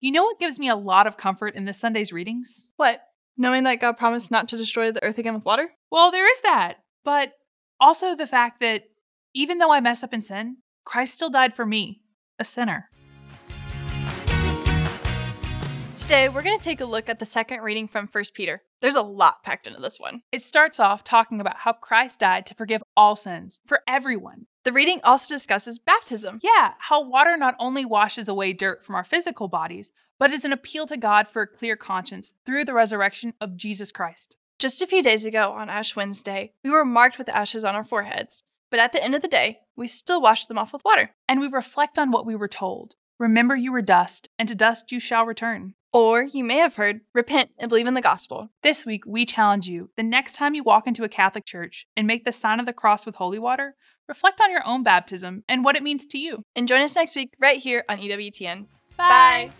You know what gives me a lot of comfort in this Sunday's readings? What? Knowing that God promised not to destroy the earth again with water? Well, there is that, but also the fact that even though I mess up and sin, Christ still died for me, a sinner. Today, we're going to take a look at the second reading from 1 Peter. There's a lot packed into this one. It starts off talking about how Christ died to forgive all sins for everyone. The reading also discusses baptism. Yeah, how water not only washes away dirt from our physical bodies, but is an appeal to God for a clear conscience through the resurrection of Jesus Christ. Just a few days ago on Ash Wednesday, we were marked with ashes on our foreheads, but at the end of the day, we still wash them off with water. And we reflect on what we were told Remember you were dust, and to dust you shall return. Or you may have heard, repent and believe in the gospel. This week, we challenge you the next time you walk into a Catholic church and make the sign of the cross with holy water, reflect on your own baptism and what it means to you. E And join us next week right here on EWTN. Bye.